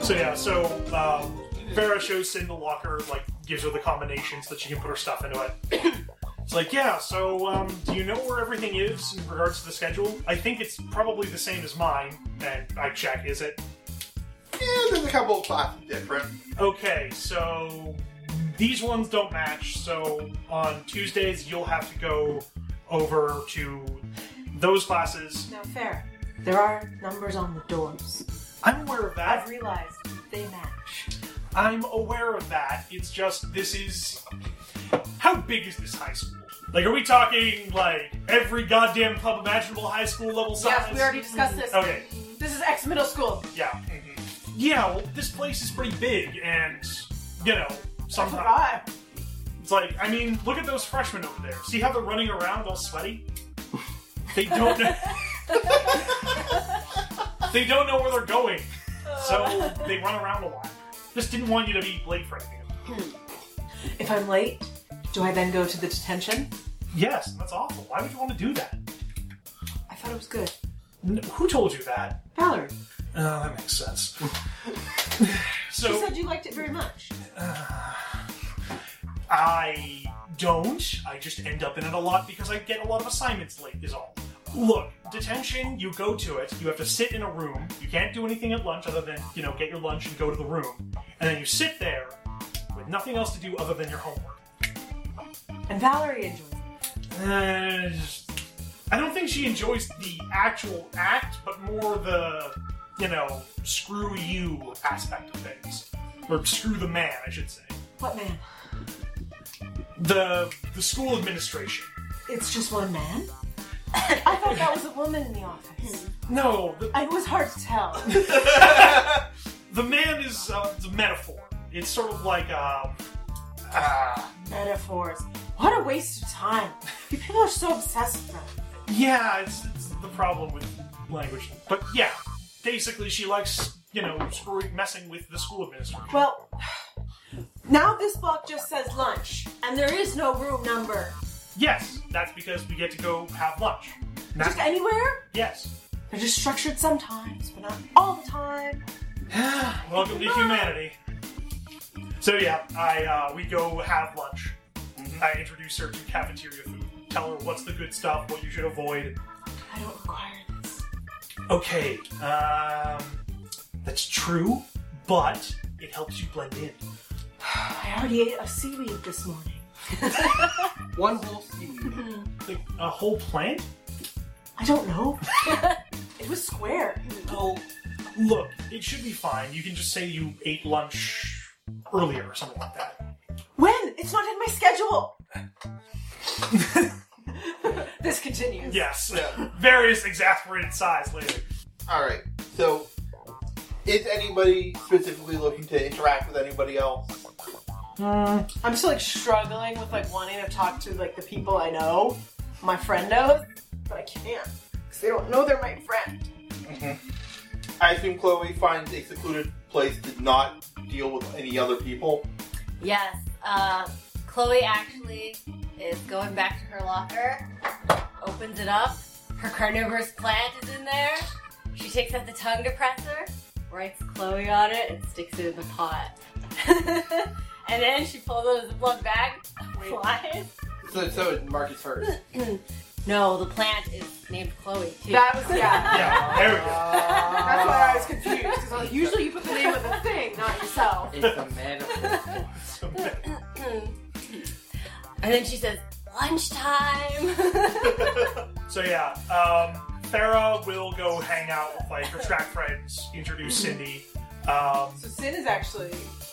So yeah, so um, Farah shows Sin the locker, like gives her the combinations that she can put her stuff into it. it's like, yeah, so um, do you know where everything is in regards to the schedule? I think it's probably the same as mine. And I check, is it? Yeah, there's a couple of classes different. Okay, so these ones don't match. So on Tuesdays, you'll have to go over to those classes. No, fair. There are numbers on the doors. I'm aware of that. I've realized they match. I'm aware of that. It's just this is how big is this high school? Like, are we talking like every goddamn club imaginable high school level size? Yes, we already discussed this. Okay, This is ex middle school. yeah, Mm-hmm. yeah. Well, this place is pretty big, and you know, I sometimes forgot. it's like I mean, look at those freshmen over there. See how they're running around all sweaty? They don't. Know, they don't know where they're going, so they run around a lot. Just didn't want you to be late for anything. If I'm late, do I then go to the detention? Yes, that's awful. Why would you want to do that? I thought it was good. N- who told you that? Valerie, Uh, that makes sense. you so said you liked it very much. I don't. I just end up in it a lot because I get a lot of assignments late. Is all. Look, detention. You go to it. You have to sit in a room. You can't do anything at lunch other than you know get your lunch and go to the room, and then you sit there with nothing else to do other than your homework. And Valerie enjoyed it. Uh, I don't think she enjoys the actual act, but more the, you know, screw you aspect of things. Or screw the man, I should say. What man? The the school administration. It's just one man? I thought that was a woman in the office. No, the, It was hard to tell. the man is uh, the metaphor. It's sort of like, uh, uh, Metaphors. What a waste of time. You people are so obsessed with them. yeah, it's, it's the problem with language. But yeah, basically she likes, you know, screwing, messing with the school administration. Well, now this block just says lunch, and there is no room number. Yes, that's because we get to go have lunch. Not- Just anywhere? yes. They're just structured sometimes, but not all the time. Welcome to humanity. So yeah, I uh, we go have lunch. I introduce her to cafeteria food. Tell her what's the good stuff, what you should avoid. I don't require this. Okay, um, that's true, but it helps you blend in. I already ate a seaweed this morning. One whole seaweed. Like a whole plant. I don't know. it was square. Well, look, it should be fine. You can just say you ate lunch earlier or something like that. When? It's not in my schedule. this continues. Yes, various exasperated sighs later. All right. So, is anybody specifically looking to interact with anybody else? I'm still like struggling with like wanting to talk to like the people I know, my friendos, but I can't because they don't know they're my friend. I assume Chloe finds a secluded place to not deal with any other people. Yes, uh, Chloe actually is going back to her locker, opens it up. Her carnivorous plant is in there. She takes out the tongue depressor, writes Chloe on it, and sticks it in the pot. and then she pulls out a Ziploc bag, flies. So, so Marcus first. No, the plant is named Chloe, too. That was yeah. Yeah, there we go. That's why I was confused because like, usually you put the name of the thing, not yourself. It's a metaphor. So bad. and then she says, lunchtime. So yeah, um, Farah will go hang out with like her track friends, introduce Cindy. Um, So Sin is actually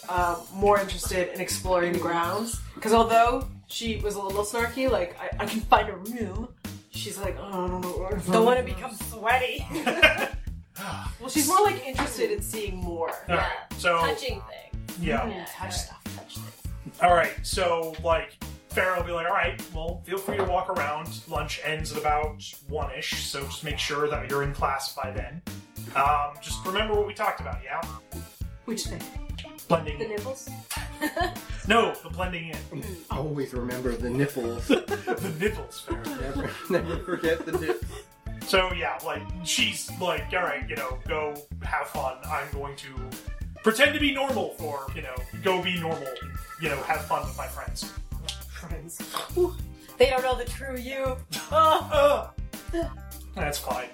uh, more interested in exploring the grounds because although she was a little snarky, like I, I can find a room. She's like, oh, I don't know. where the one who becomes sweaty. Well, she's more like interested in seeing more. all right, so Touching things. yeah, Yeah, touch stuff, touch things. all right, so like Farah will be like, all right, well, feel free to walk around. Lunch ends at about one ish, so just make sure that you're in class by then. Um, just remember what we talked about, yeah? Which thing? Blending. The nipples? no, the blending in. Always remember the nipples. the nipples, Farah. Never, never forget the nipples. So yeah, like she's like, all right, you know, go have fun. I'm going to pretend to be normal for you know go be normal and you know have fun with my friends. Friends. They don't know the true you. Uh, uh. That's fine.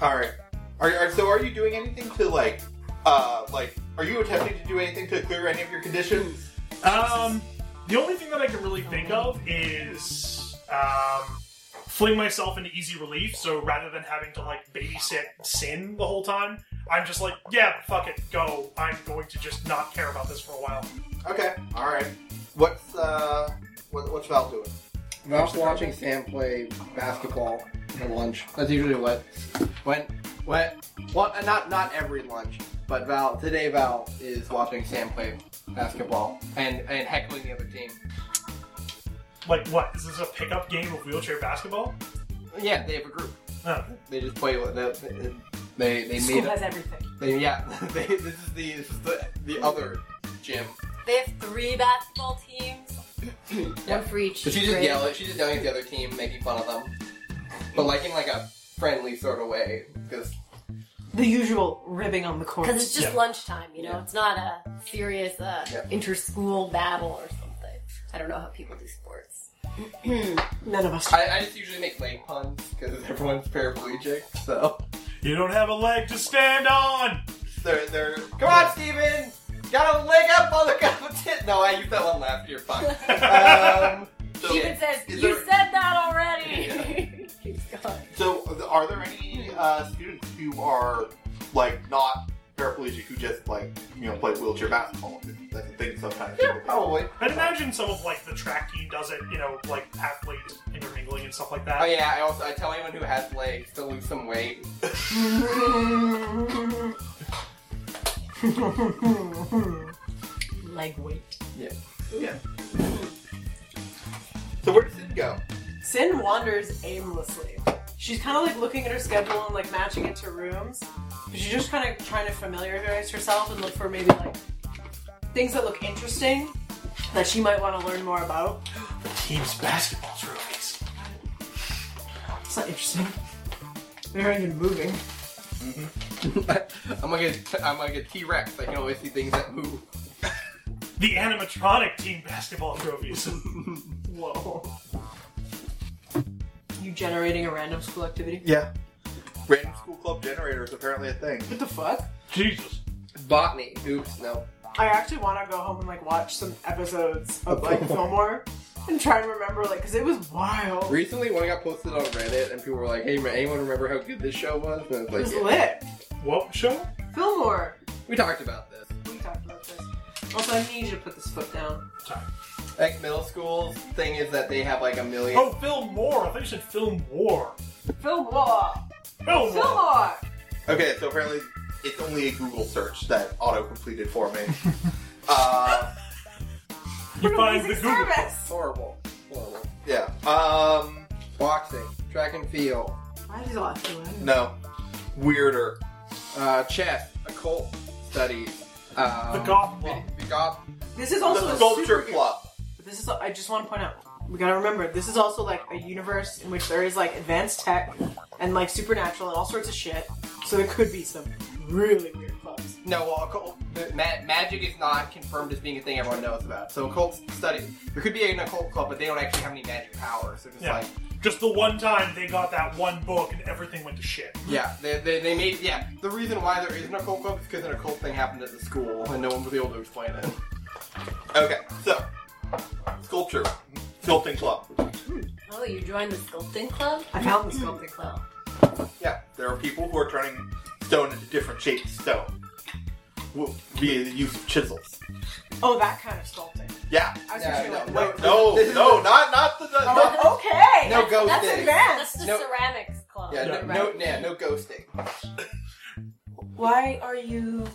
All right. Are, are so? Are you doing anything to like, uh, like? Are you attempting to do anything to clear any of your conditions? Um, the only thing that I can really think of is um, fling myself into easy relief. So rather than having to like babysit sin the whole time, I'm just like, yeah, fuck it, go. I'm going to just not care about this for a while. Okay. All right. What's uh, what, what's Val doing? Ralph's watching Sam play basketball at lunch. That's usually what, when, what, well, uh, not not every lunch, but Val today Val is watching Sam play basketball and and heckling the other team. Like, what? Is this a pickup game of wheelchair basketball? Yeah, they have a group. No. They just play with the. They they School meet. has everything. They, yeah, they, this is the this is the, the other gym. They have three basketball teams. Yeah. One for each. But she's just grade. yelling. She's just yelling at the other team, making fun of them, but like in like a friendly sort of way. Because The usual ribbing on the court. Because it's just Yeah. lunchtime, you know? Yeah. It's not a serious uh, Yeah. inter-school battle or something. I don't know how people do sports. None of us. I, I just usually make leg puns because everyone's paraplegic. So You don't have a leg to stand on! They're they're come on, Steven! Got to leg up on the competition. No, I used that one last year. Fine. um, So, Steven says, is You there- said that already! Keeps going. so are there any uh, students who are like not paraplegic who just like you know play wheelchair basketball? That's a thing sometimes. yeah, probably. I'd imagine some of like the track team does it, you know, like athletes intermingling and stuff like that. Oh yeah. I also I tell anyone who has legs to lose some weight. Leg weight. Yeah. So where does it go? Sin wanders aimlessly. She's kind of like looking at her schedule and like matching it to rooms. But she's just kind of trying to familiarize herself and look for maybe like things that look interesting that she might want to learn more about. The team's basketball trophies. It's not interesting. They're not even moving. I'm like a I'm like a T Rex. I can always see things that move. The animatronic team basketball trophies. Whoa. You generating a random school activity? Yeah. Random school club generator is apparently a thing. What the fuck? Jesus. Botany. Oops. No. I actually want to go home and like watch some episodes of like Fillmore and try and remember like because it was wild. Recently, one got posted on Reddit, and people were like, "Hey, man, anyone remember how good this show was?" And I was it was like, "Yeah." lit. What show? Fillmore. "We talked about this." We talked about this. Also, I need you to put this foot down. Sorry. Like middle school's thing is that they have like a million. Oh, film more. I thought you said film war. Fillmore. Film war. Fillmore. Okay, so apparently it's only a Google search that auto completed for me. uh, You What find the amazing Google. service. Horrible, horrible. yeah. Um, Boxing, track and field, Why are these all after one? no. Weirder. uh, chess, occult studies, um, The golf club. The golf. This is also the a sculpture super- club. But This is. I just want to point out. We gotta remember. This is also like a universe in which there is like advanced tech and like supernatural and all sorts of shit. So there could be some really weird clubs. No, well, occult. the Ma- magic is not confirmed as being a thing everyone knows about. So occult studies. There could be an occult club, but they don't actually have any magic powers. They're just Yeah. like. Just the one time they got that one book and everything went to shit. Yeah, they, they, they made yeah. The reason why there is an occult club is because an occult thing happened at the school and no one was able to explain it. Okay, so sculpture, sculpting club. Oh, you joined the sculpting club? I found the sculpting club. Well, Yeah, there are people who are turning stone into different shapes of stone w- via the use of chisels. Oh, that kind of sculpting. Yeah. I was Yeah, actually no, like, no, wait. No, This is no, a- not not the. the not, Oh, okay. No that's, that's ghosting. that's advanced. the No. ceramics club. Yeah, Yeah. no, no, yeah, no ghosting. Why are you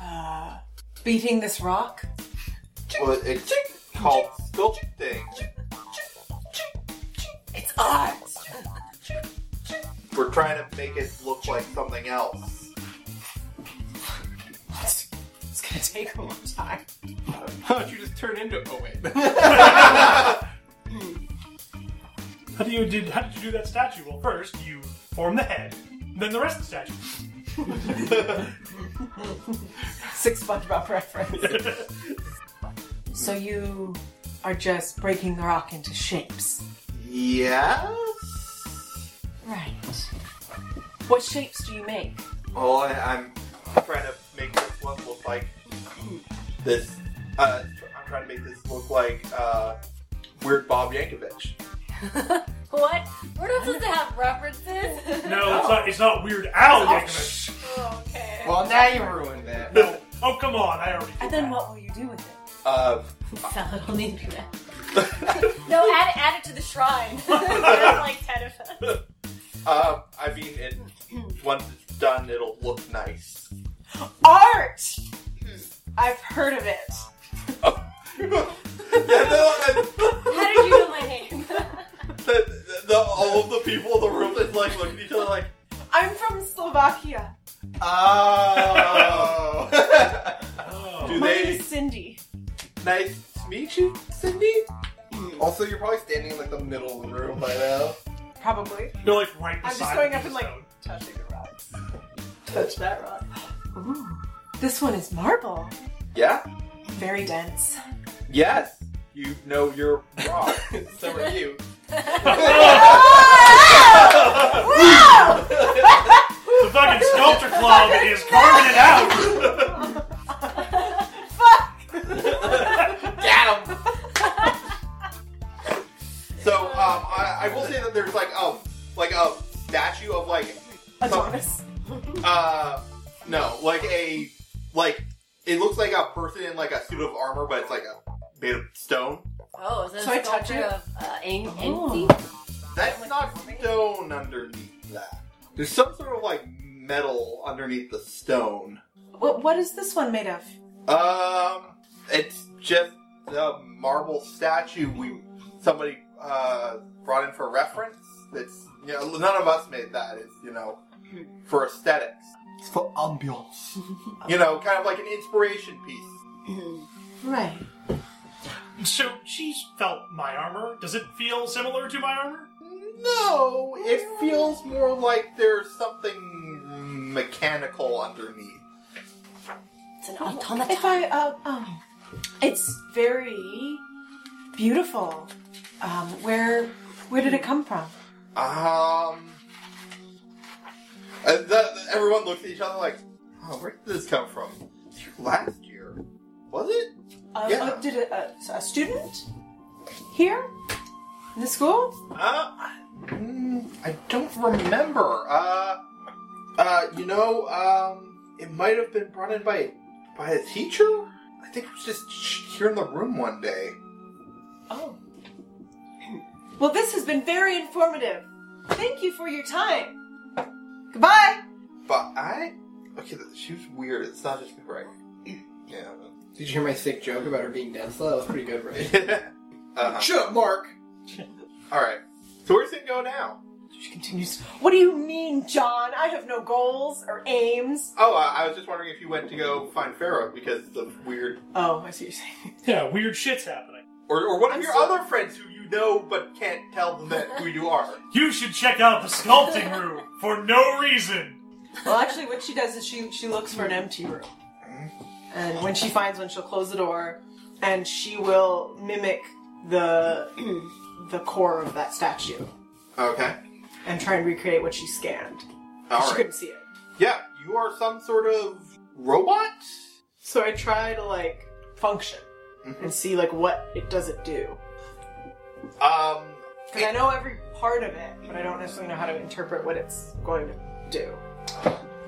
uh, beating this rock? well, it's called sculpting. It's art! We're trying to make it look like something else. It's, it's gonna take a long time. How about you just turn into? Oh wait. How do you did? How did you do that statue? Well, first you form the head, then the rest of the statue. Six SpongeBob reference. so you are just breaking the rock into shapes. Yes. Right. What shapes do you make? Oh, I, I'm trying to make this one look like this. Uh, I'm trying to make this look like uh, Weird Bob Yankovic. what? We're not supposed to have references. No, it's not. It's not Weird Al Oh, Yankovic. Oh, okay. Well, now you ruined that. Oh come on! I already. did and then that. what will you do with it? Uh, Sell it on the internet. no, add, add it to the shrine. There's like ten of them. uh, I mean, it, once it's done, it'll look nice. Art! I've heard of it. Yeah, no, How did you know my name? and the, the, the, all of the people in the room is like looking at each other like, I'm from Slovakia. oh. Oh. Do My they- name is Cindy. nice to meet you, Cindy. Also, you're probably standing in like the middle of the room by now. Probably. They're like right I'm just beside. going the up and, like- stone. Touching the rocks. Touch that rock. Ooh. This one is marble. Yeah? Very dense. Yes. You know you're wrong. so are you. Ah! The fucking sculptor club is carving it out. Got him! so um, I, I will say that there's like um like a statue of like Adonis. uh no like a like it looks like a person in like a suit of armor but it's like a made of stone. Oh, is that So a I touch sculpture it? of uh, Ang- Oh. Ansi? That's not stone underneath that. There's some sort of like metal underneath the stone. What, what is this one made of? Um, it's just the marble statue we somebody uh, brought in for reference. It's you know, none of us made that. It's you know for aesthetics. It's for ambiance. You know, kind of like an inspiration piece. Right. So she's felt my armor. Does it feel similar to my armor? No, it feels more like there's something mechanical underneath. It's an If automaton. I, uh, um, it's very beautiful. Um, where, where did it come from? Um, and that, everyone looks at each other like, oh, "Where did this come from?" Last year, was it? Uh, Yeah. uh, did a, a, a student here in the school? Uh, mm, I don't remember. Uh, uh, you know, um, it might have been brought in by by a teacher. I think it was just sh- here in the room one day. Oh. Well, this has been very informative. Thank you for your time. Goodbye. But I, okay, th- she was weird. It's not just me, right? Yeah. Did you hear my sick joke about her being dense? though? That was pretty good, right? uh, Shut up, Mark! all right. So where's it go now? She continues. What do you mean, John? I have no goals or aims. Oh, uh, I was just wondering if you went to go find Pharaoh because of weird, Oh, I see what you're saying. Yeah, weird shit's happening. or or one of I'm your so- other friends who you know but can't tell them that who you are. You should check out the sculpting room for no reason. Well, actually, what she does is she she looks for an empty room, and when she finds one, she'll close the door, and she will mimic the the core of that statue Okay. and try and recreate what she scanned. All she right. couldn't see it, Yeah, you are some sort of robot? so I try to like function and see like what it does it do Um, because I know every part of it, but I don't necessarily know how to interpret what it's going to do.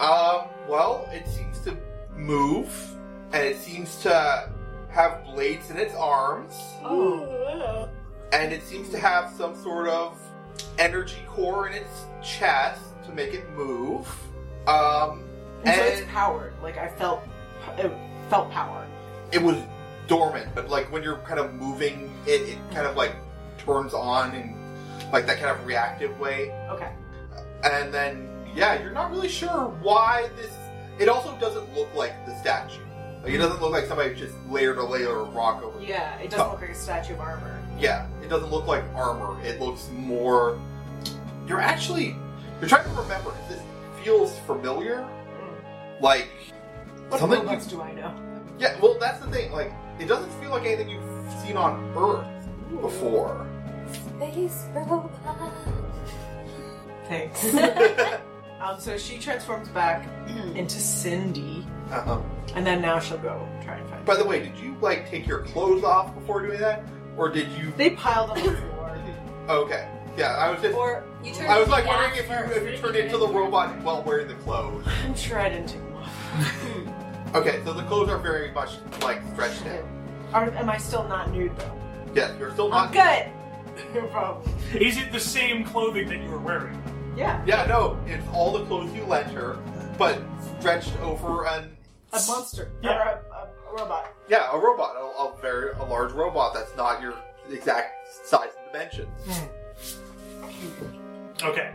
um, well, it seems to move, and it seems to have blades in its arms, Oh, and it seems to have some sort of energy core in its chest to make it move. Um, and, so and it's powered. Like I felt it felt power. it was dormant, but like when you're kind of moving, it, it kind of like turns on in like that kind of reactive way. Okay. and then yeah, you're not really sure why this. It also doesn't look like the statue. Like, it doesn't look like somebody just layered a layer of rock over. it. Yeah, it doesn't look like a statue of armor. Yeah, it doesn't look like armor. It looks more. You're actually. You're trying to remember. This feels familiar. Like What Something- Robux do I know? Yeah, well, that's the thing. Like, it doesn't feel like anything you've seen on Earth before. Space robot. Thanks. um, so she transforms back into Cindy, uh-huh. and then now she'll go try and find. By the way, did you like take your clothes off before doing that, or did you? They piled on the floor. Okay, yeah, I was just. Or You turned I was into like gas wondering if first. you if you turned into the robot while wearing the clothes. I'm sure I didn't take them off. Okay, so the clothes are very much like stretched out. Are, am I still not nude though? Yes, you're still not. I'm good. No problem. Is it the same clothing that you were wearing? Yeah, Yeah, no, it's all the clothes you lent her, but stretched over an a monster Yeah. or a, a, a robot. yeah, a robot, a, a very a large robot that's not your exact size and dimensions. Okay.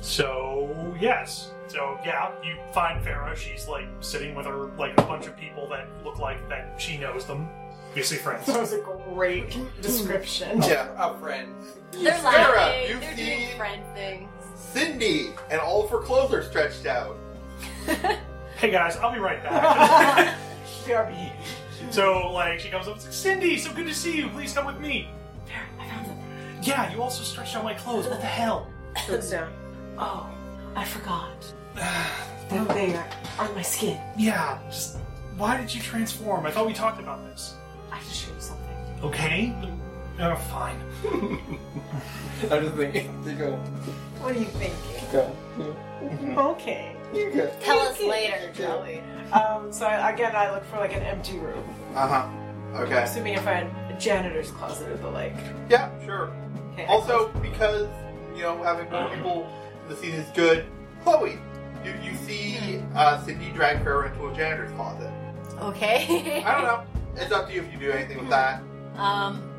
So yes. So yeah, you find Farah. She's like sitting with her like a bunch of people that look like that she knows them. Basically friends. That was a great description. Yeah, A friend. They're Sarah, laughing. you've They're seen- doing friend things. Cindy and all of her clothes are stretched out. hey guys, I'll be right back. BRB. so like she comes up and says, Cindy, so good to see you. Please come with me. Farah, I found something. Yeah, you also stretched out my clothes. What the hell? Looks down. Oh, I forgot. that they are on my skin. Yeah, just why did you transform? I thought we talked about this. I have to show you something. Okay. Oh, fine. I just think you go, What are you thinking? go, Okay. you go. Tell us later, shall we? Um, so I, again, I look for like an empty room. Uh huh. Okay. Assuming if I had a janitor's closet or the like. Yeah, sure. Okay. I Also, because you know having more people in the scene is good. Chloe, you, you see uh, Cindy drag her into a janitor's closet. Okay. I don't know. It's up to you if you do anything with that. um.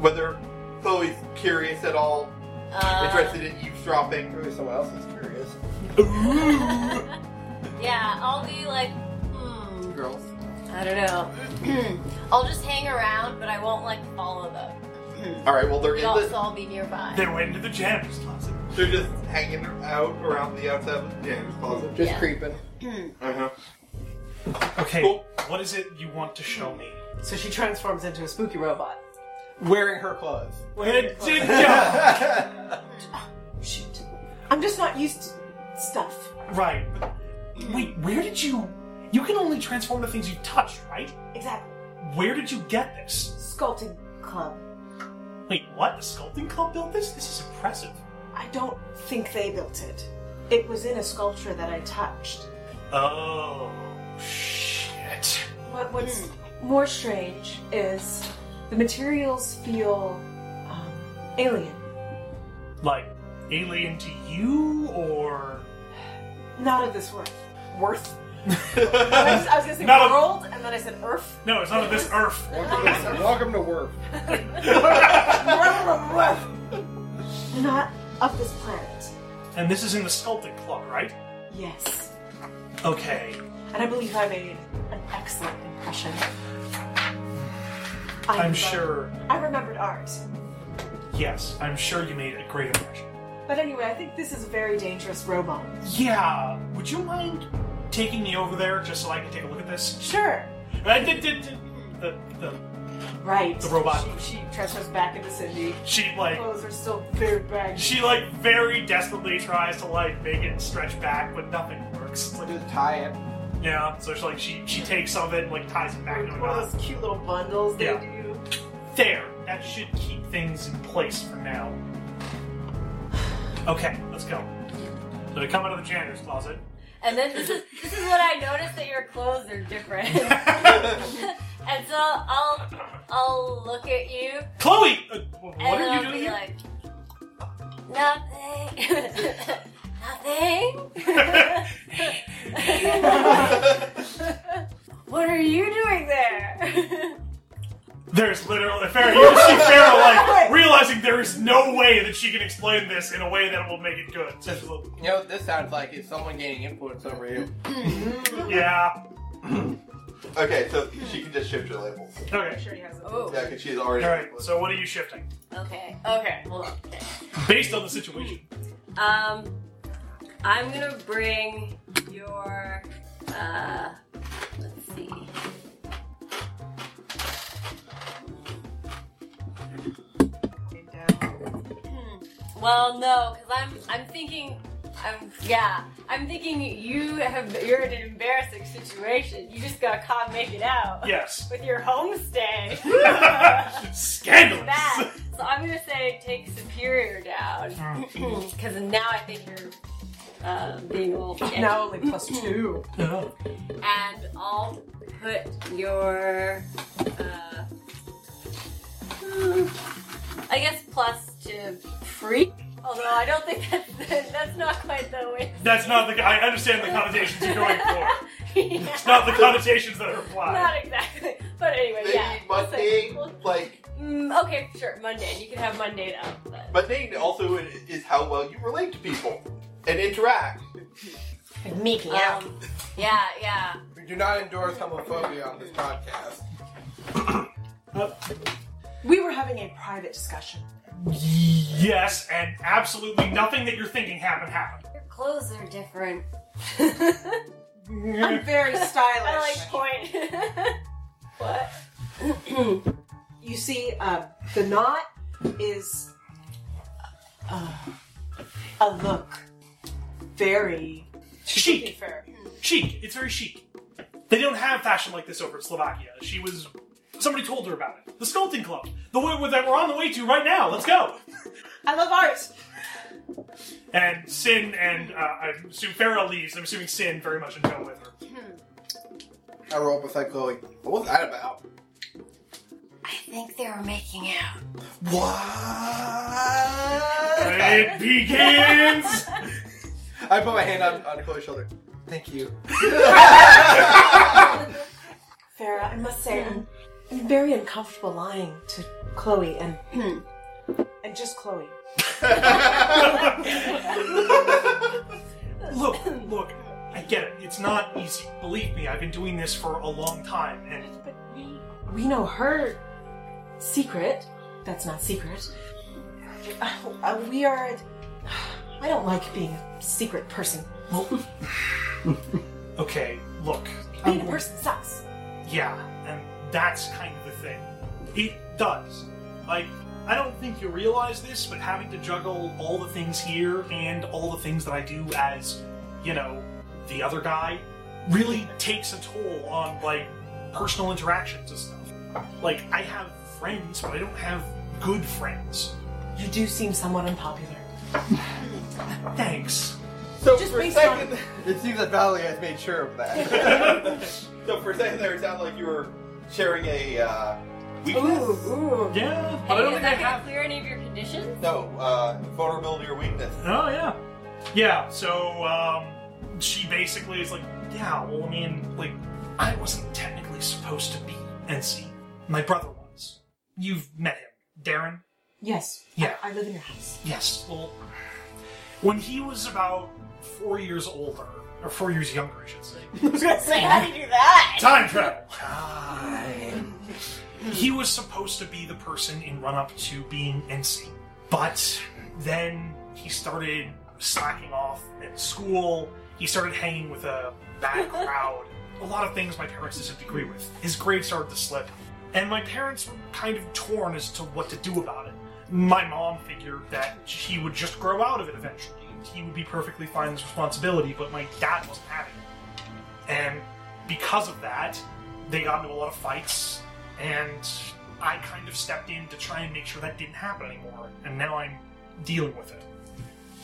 Whether Chloe's curious at all, uh, interested in eavesdropping. Maybe someone else is curious. yeah, I'll be like, hmm. Girls. I don't know. I'll just hang around, but I won't like follow them. All right. Well, they're in We'll also the, all be nearby. They went into the janitor's closet. they're just hanging out around the outside of the janitor's closet. Just Yeah. creeping. Uh huh. Okay. Cool. What is it you want to show me? guess. So she transforms into a spooky robot. Oh, Wearing her clothes. Shoot. I'm just not used to stuff. right. Wait, where did you? You can only transform the things you touch, right? Exactly. Where did you get this? Sculpting club. Wait, what? The sculpting club built this? This is impressive. I don't think they built it. It was in a sculpture that I touched. Oh shit! What, what's Hmm. more strange is the materials feel um, alien. Like alien to you, or Not of this world. Worth? I Yeah. was, I was gonna say Not of- world, and then I said earth. no? It's not of this earth. Welcome to work. Not of this planet. And this is in the sculpting club, right? Yes. Okay. And I believe I made an excellent impression. I I'm remember- sure. I remembered art. Yes, I'm sure you made a great impression. But anyway, I think this is a very dangerous robot. Yeah, would you mind taking me over there just so I can take a look at this? Sure. I did, did, did- the, the, Right. The robot. She, she transfers back into Cindy. she like Clothes are still very baggy. she like very desperately tries to like make it stretch back, but nothing works. It's like, Just tie it. yeah, so she like she she takes some of it and like ties it back One into a of knot. those cute little bundles they Yeah. do. There, that should keep things in place for now. Okay, let's go. So they come out of the janitor's closet. And then this is this is what I noticed that your clothes are different. and so I'll I'll look at you Chloe, uh, and what are I'll you doing be here? like nothing. Nothing. what are you doing there? There's literally Farrah. You see Farrah like realizing there is no way that she can explain this in a way that will make it good. So she's like, You know what this sounds like? Is someone gaining influence over you? yeah. okay, so she can just shift your labels. I'm Okay. sure he has it. oh. Yeah, because she's already. All right. So what are you shifting Okay. Okay. Hold on. Okay. based on the situation? Um, I'm gonna bring your uh, Well, no, because I'm I'm thinking, I'm yeah, I'm thinking you have you're in an embarrassing situation. You just got caught making out Yes. with your homestay. Scandalous. Bad. So I'm gonna say take Superior down because now I think you're uh, being a little bit edgy. Now only plus two. Oh. and I'll put your uh, I guess plus to freak. Although I don't think that's that's not quite the way. That's not the. I understand the connotations you're going for. Yeah. It's not the connotations that are applied. Not exactly. But anyway, Maybe yeah. we'll say- Monday, we'll- like Mm, okay, sure. Monday. You can have Monday up. But. Monday also i- is how well you relate to people and interact. Making Um, yeah, yeah. We do not endorse homophobia on this podcast. We were having a private discussion. Yes, and absolutely nothing that you're thinking happened happened. Your clothes are different. I'm very stylish. I like point. what? You see, uh, the knot is uh, a look very Chic. fair. Chic. It's very chic. They don't have fashion like this over in Slovakia. She was. Somebody told her about it. The sculpting club. The way that we're on the way to right now. Let's go. I love art. And Sin and uh, I assume Farah leaves. I'm assuming Sin very much in tow with her. I roll up beside Chloe. What was that about? I think they were making out. What? It begins. I put my hand on, on Chloe's shoulder. Thank you. Farah, I must say, I'm, I'm very uncomfortable lying to Chloe and and just Chloe. look, look. I get it. It's not easy. Believe me, I've been doing this for a long time, and But we we know her secret. That's not secret. Uh, we are. at- I don't like being a secret person. okay. Look. Being a person sucks. Yeah, and that's kind of the thing. It does. Like, I don't think you realize this, but having to juggle all the things here and all the things that I do as, you know, the other guy really takes a toll on, like, personal interactions and stuff. Like, I have friends, but I don't have good friends. You do seem somewhat unpopular. Thanks. So Just for a based second, it seems that Valerie has made sure of that. So for a second there, it sounded like you were sharing a uh, weakness. Ooh, ooh. Yeah. Hey, I don't is think I that gonna have- clear any of your conditions? No, uh, vulnerability or weakness. Oh yeah, yeah. So um, she basically is like, yeah. Well, I mean, like, I wasn't technically supposed to be NC. My brother was. You've met him, Darren. Yes. Yeah. I, I live in your house. Yes. Well, when he was about four years older, or four years younger, I should say. Say, how do you do that? Time travel. He was supposed to be the person in run up to being NC, but then he started slacking off at school. He started hanging with a bad crowd. A lot of things my parents didn't agree with. His grades started to slip, and my parents were kind of torn as to what to do about it. My mom figured that he would just grow out of it eventually. He would be perfectly fine with his responsibility, but my dad wasn't having it. And because of that, they got into a lot of fights, and I kind of stepped in to try and make sure that didn't happen anymore, and now I'm dealing with it.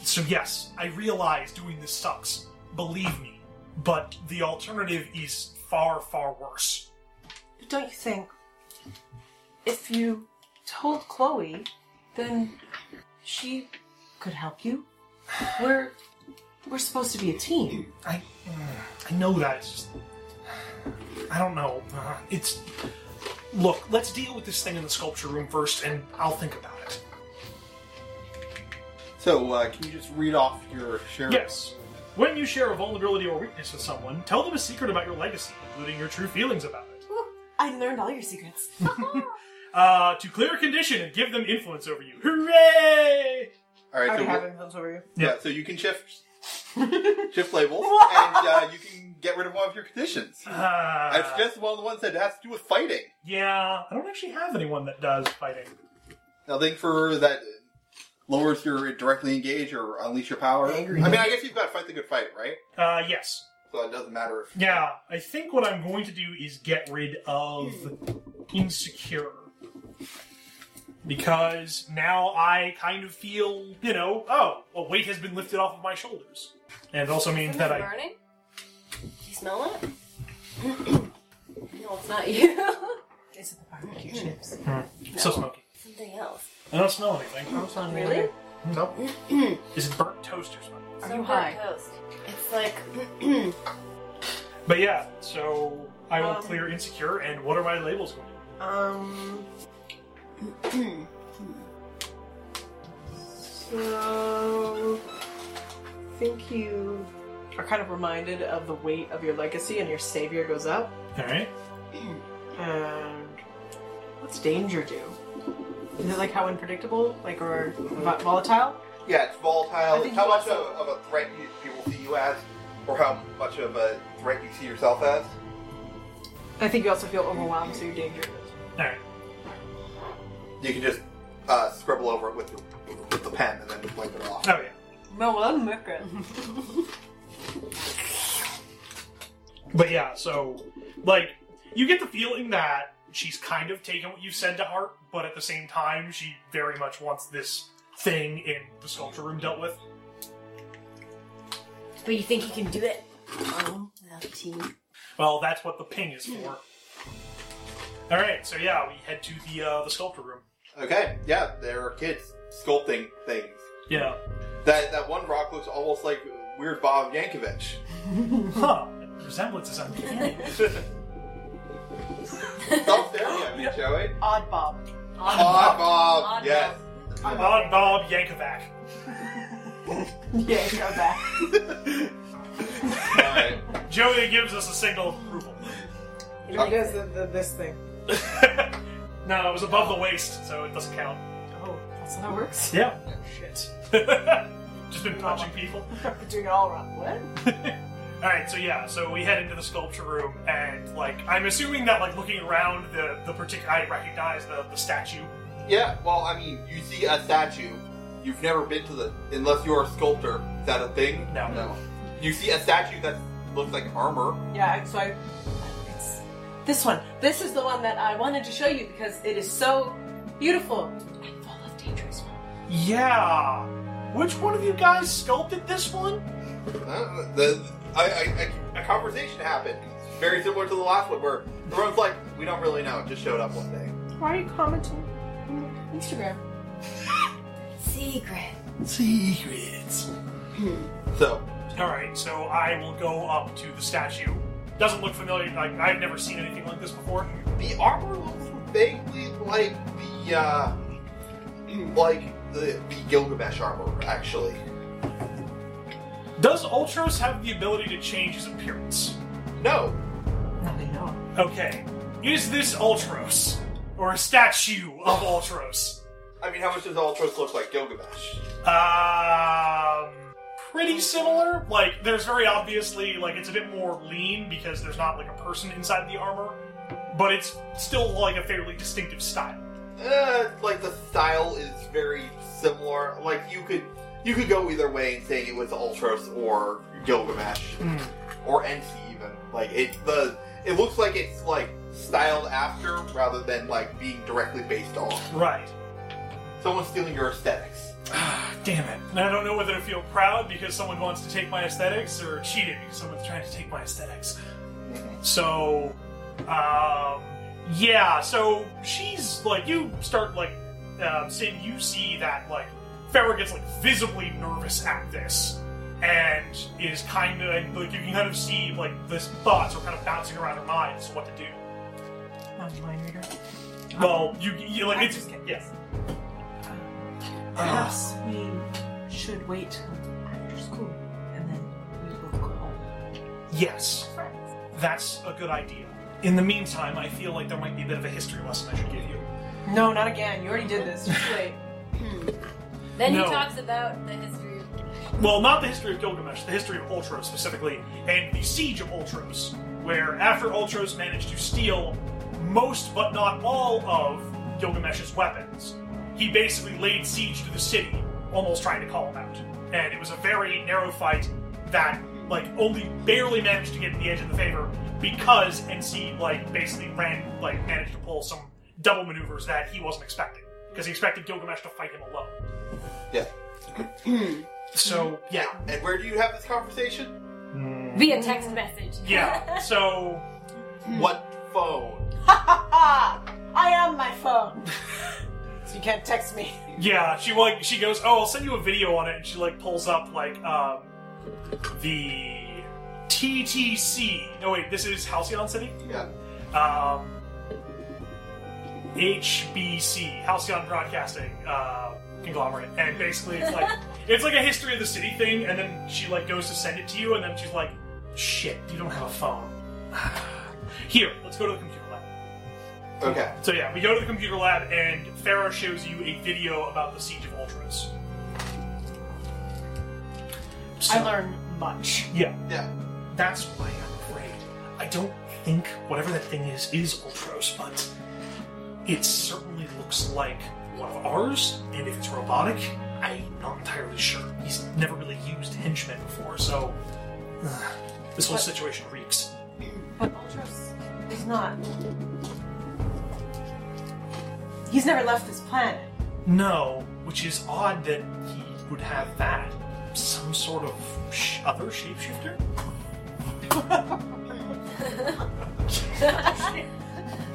So, yes, I realize doing this sucks, believe me, but the alternative is far, far worse. But don't you think if you told Chloe, then she could help you? We're we're supposed to be a team. I, I know that. It's just, I don't know. Uh, it's. Look, let's deal with this thing in the sculpture room first, and I'll think about it. So, uh, can you just read off your share? Yes. When you share a vulnerability or weakness with someone, tell them a secret about your legacy, including your true feelings about it. I learned all your secrets. Uh, to clear a condition and give them influence over you. Hooray! All right, so we're- influence over you. yeah, so you can shift shift labels, and uh, you can get rid of one of your conditions. I Uh, suggested one of the ones that has to do with fighting. yeah, I don't actually have anyone that does fighting. Nothing for that lowers your directly engage or unleash your power. Angry. I mean, I guess you've got to fight the good fight, right? Uh, yes. so it doesn't matter if Yeah, I think what I'm going to do is get rid of insecure. Because now I kind of feel, you know, oh, a weight has been lifted off of my shoulders. And it also means Isn't that it I. burning? Do you smell it? no, it's not you. Is it the barbecue chips? So smoky. Something else. I don't smell anything. Really? No. Is it burnt toast or something? Some you burnt high? Toast. It's like But yeah, so I will Um. clear insecure, and what are my labels going to be? Um. so, I think you are kind of reminded of the weight of your legacy, and your savior goes up. Alright. And what's danger do? Is it like how unpredictable, like or vo- volatile? Yeah, it's I volatile. think It's how you much of, also- of a threat you, people see you as, or how much of a threat you see yourself as. I think you also feel overwhelmed, so you're dangerous. Alright. You can just uh, scribble over it with, your, with the pen and then just wipe it off. Oh, yeah. No, well, I'm wicked. But yeah, so like you get the feeling that she's kind of taken what you said to heart, but at the same time, she very much wants this thing in the sculpture room dealt with. But you think you can do it alone without a team? Well, that's what the ping is for. All right, so yeah, we head to the uh, the sculpture room. Okay, yeah, there are kids sculpting things. Yeah. That that one rock looks almost like weird Bob Yankovic. Huh. Resemblance is uncanny. Stop staring at me, Joey. Odd Bob. Oh, Odd Bob, Odd yes. Odd Bob Yankovac. Yeah, you got that. Alright. Joey gives us a signal of approval. He does the, the, this thing. no, it was above the waist, so it doesn't count. Oh, that's how that works. Yeah. Oh, shit. Just been punching people. We're doing it all wrong. What? All right, so yeah, so we head into the sculpture room, and like I'm assuming that like looking around the the particular, I recognize the the statue. Yeah, well, I mean, you see a statue. You've never been to the, unless you're a sculptor. Is that a thing? No. No. You see a statue that looks like armor. Yeah, I- so I. It's this one. This is the one that I wanted to show you because it is so beautiful. And full of dangerous ones. Yeah. Which one of you guys sculpted this one? Uh, the, I, I, I, a conversation happened, very similar to the last one, where everyone's like, "We don't really know. It just showed up one day." Why are you commenting on Instagram? Secret. Secrets. So, All right, so I will go up to the statue. Doesn't look familiar. Like I've never seen anything like this before. the armor looks vaguely like the, uh, like the, the Gilgamesh armor, actually. Does Ultros have the ability to change his appearance? No, Now they know. Okay. Is this Ultros or a statue of Ultros? I mean, how much does Ultros look like Gilgamesh? Um, pretty similar. Like, there's very obviously like it's a bit more lean because there's not like a person inside the armor, but it's still like a fairly distinctive style. Uh, like the style is very similar. Like you could you could go either way in saying it was Ultros or Gilgamesh or NC even. Like it the it looks like it's like styled after rather than like being directly based on. Right. Someone's stealing your aesthetics. Damn it. And I don't know whether to feel proud because someone wants to take my aesthetics or cheated because someone's trying to take my aesthetics. So, um, yeah, so she's like, you start like, um, Sid, you see that like, Farrah gets like visibly nervous at this and is kind of, and, like, you can kind of see like this thoughts are kind of bouncing around her mind as to what to do. Not mind reader. Well, you, you like, Oh. I it's, just Uh, get- yes. Perhaps we should wait till after school and then we will go home. Yes. Friends. That's a good idea. In the meantime, I feel like there might be a bit of a history lesson I should give you. No, not again. You already did this. Just wait. Then No. he talks about the history. of- Well, not the history of Gilgamesh, the history of Ultros specifically, and the siege of Ultros, where after Ultros managed to steal most but not all of Gilgamesh's weapons, he basically laid siege to the city almost trying to call him out. And it was a very narrow fight that, like, only barely managed to get the edge of the favor because NC, like, basically ran, like, managed to pull some double maneuvers that he wasn't expecting. Because he expected Gilgamesh to fight him alone. Yeah. So, yeah. And where do you have this conversation? Via text message. Yeah. So, What phone? Ha ha ha! Ah, I am my phone. so you can't text me. yeah, she like she goes, "Oh, I'll send you a video on it." And she like pulls up like um the TTC. No wait, this is Halcyon City. Yeah. Um HBC, Halcyon Broadcasting uh, conglomerate. And basically it's like it's like a history of the city thing and then she like goes to send it to you and then she's like, "Shit, you don't have a phone." Here, let's go to the computer lab. Okay. So yeah, we go to the computer lab, and Pharaoh shows you a video about the Siege of Ultras. So, I learn much. Yeah, Yeah. that's why I'm afraid. I don't think whatever that thing is is Ultros, but it certainly looks like one of ours. And if it's robotic, I'm not entirely sure. He's never really used henchmen before, so ugh, this whole What- situation reeks. But Ultros is not. He's never left this planet. No, which is odd that he would have that. Some sort of sh- other shapeshifter?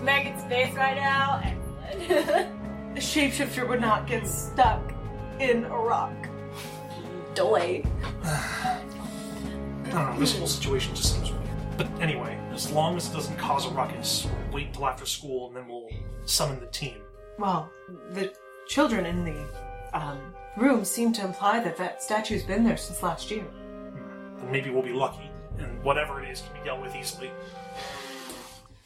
Megan's face right now. Excellent. A shapeshifter would not get stuck in a rock. Doy. I don't know, this whole situation just seems weird. But anyway, as long as it doesn't cause a ruckus, we'll wait till after school and then we'll summon the team. Well, the children in the um, room seem to imply that that statue's been there since last year. And maybe we'll be lucky, and whatever it is can be dealt with easily.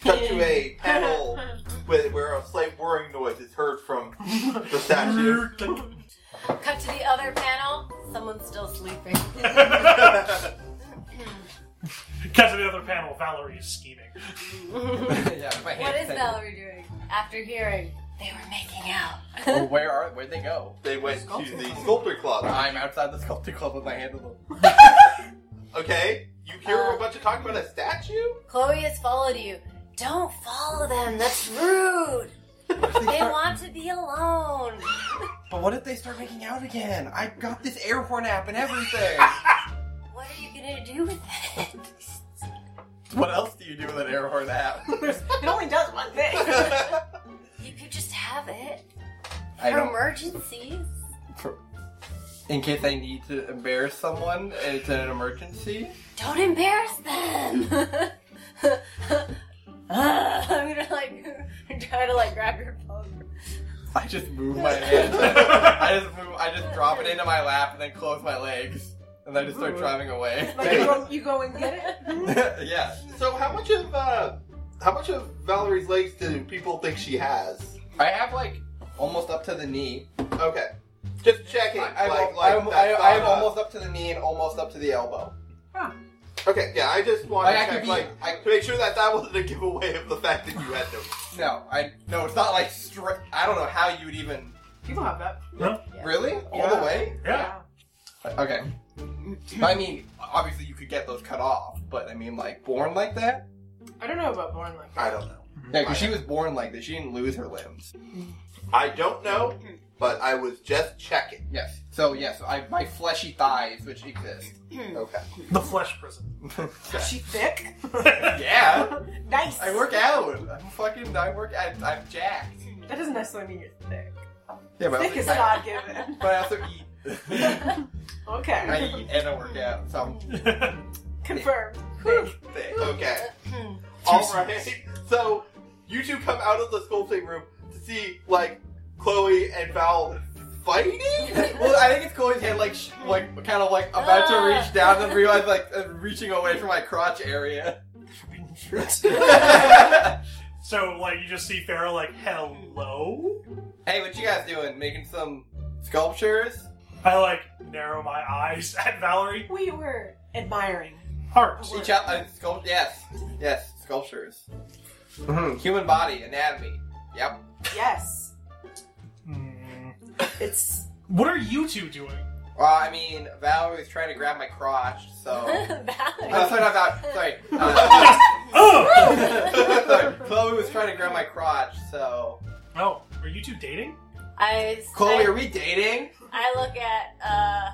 Cut to a panel with, where a slight whirring noise is heard from the statue. Cut to the other panel. Someone's still sleeping. Cut to the other panel, Valerie is scheming. yeah, if I hand What is thing. Valerie doing after hearing they were making out? Well, where are where'd they go? They went to the sculptor club. I'm outside the sculptor club with my hand in the. Okay. You hear Uh, a bunch of talk about a statue? Chloe has followed you. Don't follow them. That's rude. They want to be alone. But what if they start making out again? I got this air horn app and everything. What are you gonna do with it? what else do you do with an air horn app? It only does one thing. You could just have it I for don't. emergencies. for- in case I need to embarrass someone and it's an emergency. Don't embarrass them. Ah, I'm gonna like try to like grab your phone. I just move my hand. I just move. I just drop it into my lap and then close my legs and then I just start driving away. Like you go, you go and get it. yeah. So how much of uh, how much of Valerie's legs do people think she has? I have like almost up to the knee. Okay. Just checking. I, I'm, like, al- like I'm, that's I, I not am a- almost up to the knee and almost up to the elbow. Okay, yeah, I just want Like, I to could check, be- like, I- to make sure that that wasn't a giveaway of the fact that you had no. No, I no. It's not like straight. I don't know how you would even People have that. No? really all Yeah. the way. Yeah. Okay. I mean, obviously you could get those cut off, but I mean, like born like that. I don't know about born like I don't know. Yeah, because she was born like this. She didn't lose her limbs. I don't know, but I was just checking. Yes. So yes, I my fleshy thighs, which exist. Okay. The flesh prison. that. She thick. yeah. nice. I work out. I'm fucking. I work. I, I'm jacked. That doesn't necessarily mean you're thick. Yeah, but I Thick also, is I, God given. but I also eat. I Okay. eat and I work out, so Confirmed. I'm thick. Okay. All right. So you two come out of the sculpting room to see like Chloe and Val fighting. Well, I think it's Chloe's hand, like, sh- like, kind of like about to reach down and realize, like, uh, reaching away from my crotch area. hey, so, like, you just see Pharaoh, like, hello? what you guys doing? Making some sculptures? I, like, narrow my eyes at Valerie. We were admiring. Heart. Each out, uh, sculpt- yes, yes, sculptures. Mhm, Human body anatomy. Yep. Yes. Hmm. It's What are you two doing? Well, I mean, Val was trying to grab my crotch, so. Valor. Oh, sorry, not Val. Sorry. Uh, Oh! sorry. Chloe was trying to grab my crotch, so. Oh, are you two dating? I, Chloe, I, are we dating? I look at, uh,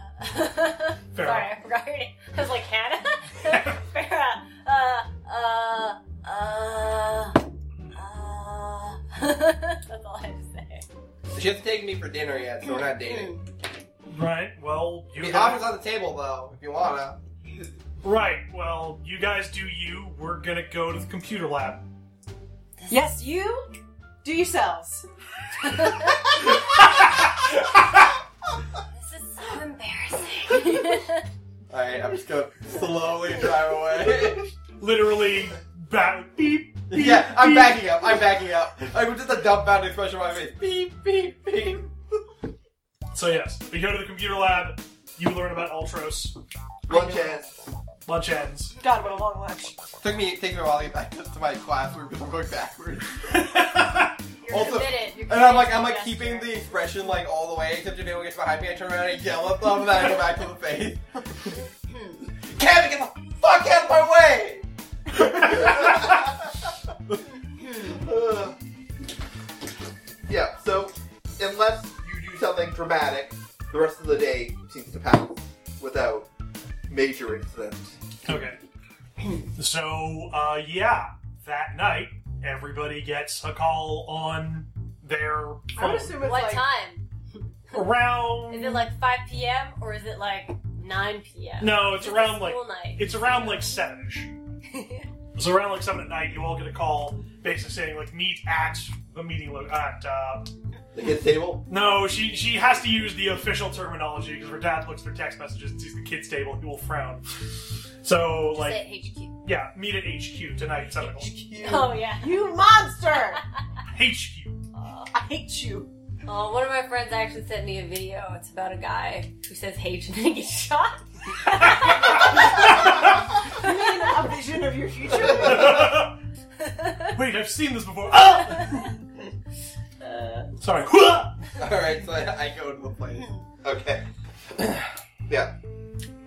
Farrah. sorry, I forgot your name. I was like, Hannah? Farah. Uh, uh, uh, uh. That's all I have to say. She hasn't taken me for dinner yet, so we're not dating. Right. Well, you. The guys- offer's on the table, though, if you wanna. Right. Well, you guys do you. We're gonna go to the computer lab. Yes, you do yourselves. This is so embarrassing. Alright, I'm just gonna slowly drive away. Literally, bat beep. beep yeah, I'm beep. backing up, I'm backing up. I'm just a dumb bound expression on my face. Beep, beep, beep. So yes, we go to the computer lab. You learn about Ultros. One chance. Lunch ends. God, what a long lunch. Took me, takes me a while to get back to my class. We were going backwards. You're Also- committed. You're And committed I'm like, I'm to like gesture. keeping the expression like all the way, except Janelle gets behind me, I turn around and I yell at them, and then I go back to the face. Kevin, get the fuck out of my way! Uh, yeah, so unless you do something dramatic, the rest of the day seems to pass without major incident. Okay. So uh, yeah, that night everybody gets a call on their I would phone. assume it's What like time? around. Is it like 5 p.m. or is it like 9 p.m.? No, it's Is it around like school night. it's around like sevenish. So around like seven at night, you all get a call basically saying like meet at the meeting lo- at. Uh, The kids' table? no, she she has to use the official terminology because her dad looks through text messages and sees the kids table. He will frown. So Just like at HQ. yeah, meet at HQ tonight. at Seven o'clock. Oh yeah. you monster. HQ. Oh. I hate you. Oh, one of my friends actually sent me a video. It's about a guy who says H and then he gets shot. You mean a vision of your future? Wait, I've seen this before. Ah! Uh, Sorry. Alright, so I, I go to the place. Okay. yeah.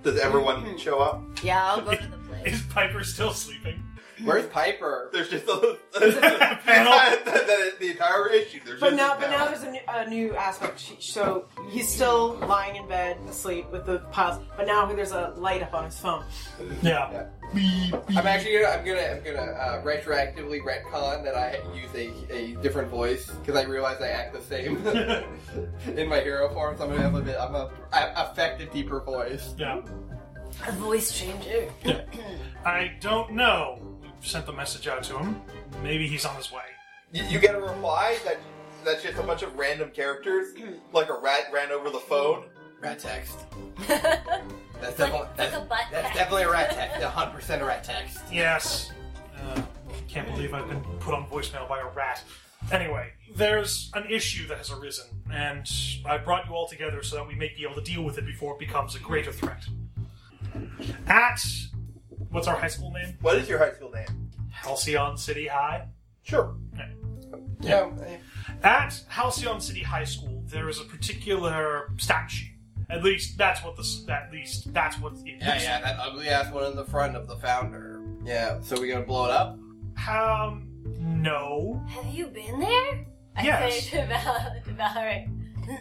Does everyone show up? Yeah, I'll go to the place. Is Piper still sleeping? Where's Piper? There's just a. Panel. the, the entire issue. There's just But now, a but now panel. there's a new, a new aspect. She- So he's still lying in bed asleep with the piles, but now there's a light up on his phone. Yeah. I'm actually gonna, I'm gonna, I'm gonna uh, retroactively retcon that I use a, a different voice because I realize I act the same in my hero form. So I'm gonna have a bit, I'm a, I affect a deeper voice. Yeah. A voice changer. I don't know. We sent the message out to him. Maybe he's on his way. You, you get a reply that that's just a bunch of random characters, like a rat ran over the phone. Rat text. it's That's like, definitely it's like that's, a butt that's text. definitely a rat text. 100 percent a rat text. Yes. Uh, can't believe I've been put on voicemail by a rat. Anyway, there's an issue that has arisen, and I brought you all together so that we may be able to deal with it before it becomes a greater threat. At what's our high school name? What is your high school name? Halcyon City High. Sure. Yeah. At Halcyon City High School, there is a particular statue. At least that's what the s- at least that's what it Yeah, looks yeah. That ugly ass one in the front of the founder. Yeah. So we gonna blow it up? like. Um, no. Have you been there? I Yes. say to Val- to Valerie.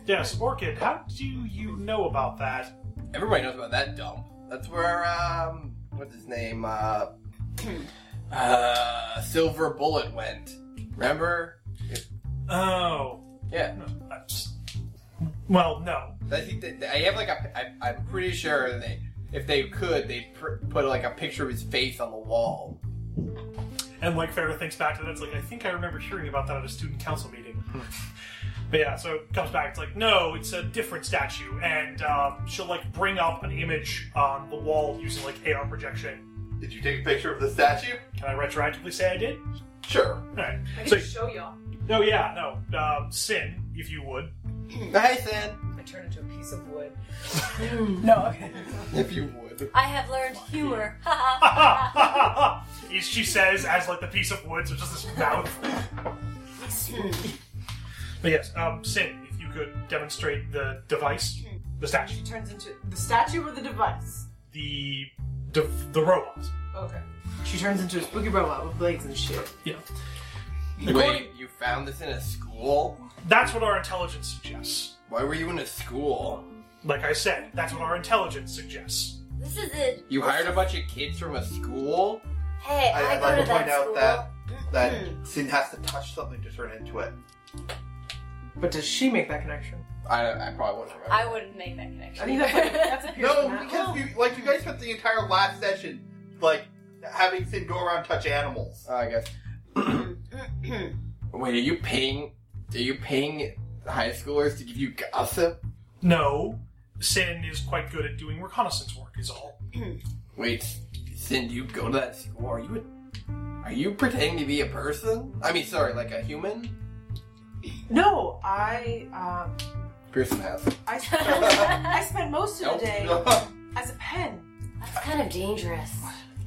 Yes, Orchid. How do you know about that? Everybody knows about that dump. That's where um, what's his name? Uh, uh, Silver Bullet went. Remember? Oh, Yeah. that's- well, no. I think that I have like a. I, I'm pretty sure that they, if they could, they'd pr- put like a picture of his face on the wall. And like Farrah thinks back to that, it's like I think I remember hearing about that at a student council meeting. Hmm. but yeah, so it comes back. It's like no, it's a different statue, and um, she'll like bring up an image on the wall using like AR projection. Did you take a picture of the statue? Can I retroactively say I did? Sure. All right. I So- can show y'all. No, yeah, no. Um, sin, if you would. Hey, Sin, I turn into a piece of wood. no, okay. if you would. I have learned humor. Ha, ha, ha, ha, ha. Is- she says as like the piece of wood, so just this mouth. but yes, um, Sin, if you could demonstrate the device, the statue, She turns into the statue or the device. the the, the robot. Okay. She turns into a spooky robot with legs and shit. Yeah, Wait, you found this in a school? that's what our intelligence suggests. Why were you in a school? Like I said, that's what our intelligence suggests. This is it. You hired a bunch of kids from a school? Hey, I- I, I'd go like to to that point out school. that- That Hmm. Sin has to touch something to turn into it. But does she make that connection? I, I probably wouldn't remember. I wouldn't make that I connection. think that's, like, that's a Pearson No, hat. because you, like you guys spent the entire last session like having Sin go around touch animals. I guess. Wait, are you paying? Are you paying high schoolers to give you gossip? No, Sin is quite good at doing reconnaissance work. Is all. Wait, Sin, do you go to that school? Are you? A, are you pretending to be a person? I mean, sorry, like a human. Oh, No, I um, Pearson has. I spent, I spent most of Nope. the day as a pen. That's kind of dangerous.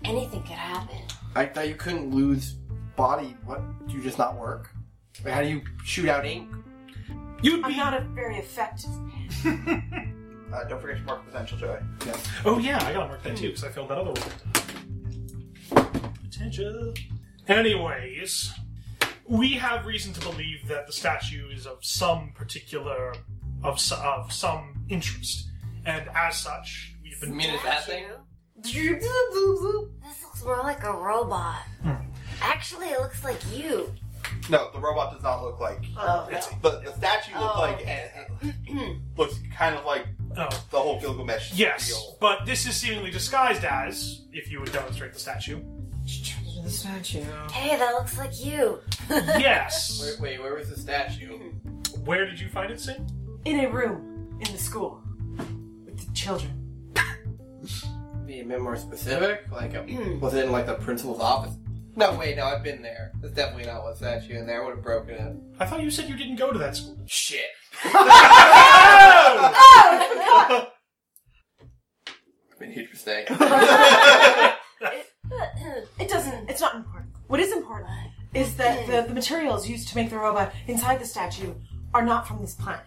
Anything could happen. I thought you couldn't lose body. What? Do you just not work? Like, how do you shoot out ink? You'd be. I'm not a very effective. Uh, don't forget to mark potential joy. Oh yeah, I gotta mark that too because I failed that other one. Potential. Anyways, we have reason to believe that the statue is of some particular of s- of some interest, and as such, we've I been mean, is that thing? Statue? This looks more like a robot. Hmm. Actually, it looks like you. No, the robot does not look like. Oh, It's, the, the statue looks Oh. like looks kind of like Oh the whole Gilgamesh. yes, deal. but this is seemingly disguised as if you would demonstrate the statue. The statue. Hey, that looks like you. yes. Wait, wait, where was the statue? Where did you find it, Sin? In a room in the school with the children. Be a bit more specific. Like, a, was it in like the principal's office? No, wait, no, I've been there. That's definitely not what statue in there. I would have broken it. I thought you said you didn't go to that school. Shit. Oh! Made a huge mistake. It doesn't. It's not important. What is important is that the, the materials used to make the robot inside the statue are not from this planet.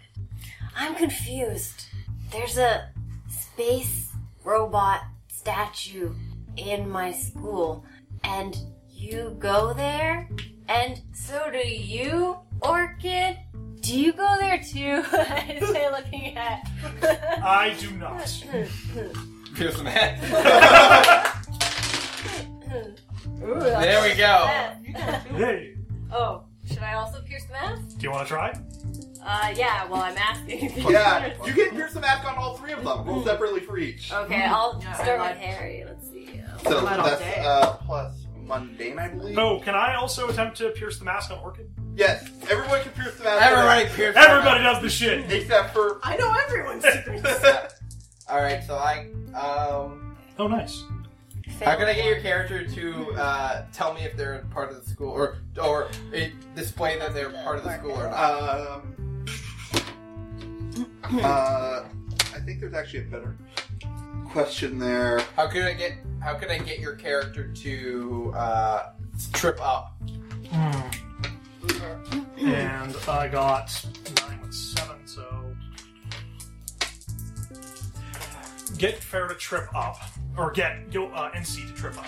I'm confused. There's a space robot statue in my school, and you go there, and so do you, Orchid. Do you go there too? I say, looking at. I do not. Pearson hat. Ooh, There we go. Hey, Oh, should I also pierce the mask? do you want to try? Uh, yeah. Well, I'm asking. if you- Yeah, you can pierce the mask on all three of them. Roll separately for each. Okay, I'll Yeah, start I like- with Harry. Let's see. So Not all that's day. uh, plus mundane, I believe. Oh, can I also attempt to pierce the mask on Orchid? Yes, everyone can pierce the mask. Everybody, Pearson. Everybody does the shit. except for. I know everyone's secrets. All right, so I um, Oh, nice. how can I get your character to uh, tell me if they're part of the school or or uh, display that they're part of the school or not? Um, uh, I think there's actually a better question there. How can I get how can I get your character to uh, trip up? And I got nine with seven, so get Fair to trip up, or get Gil- uh, NC to trip up.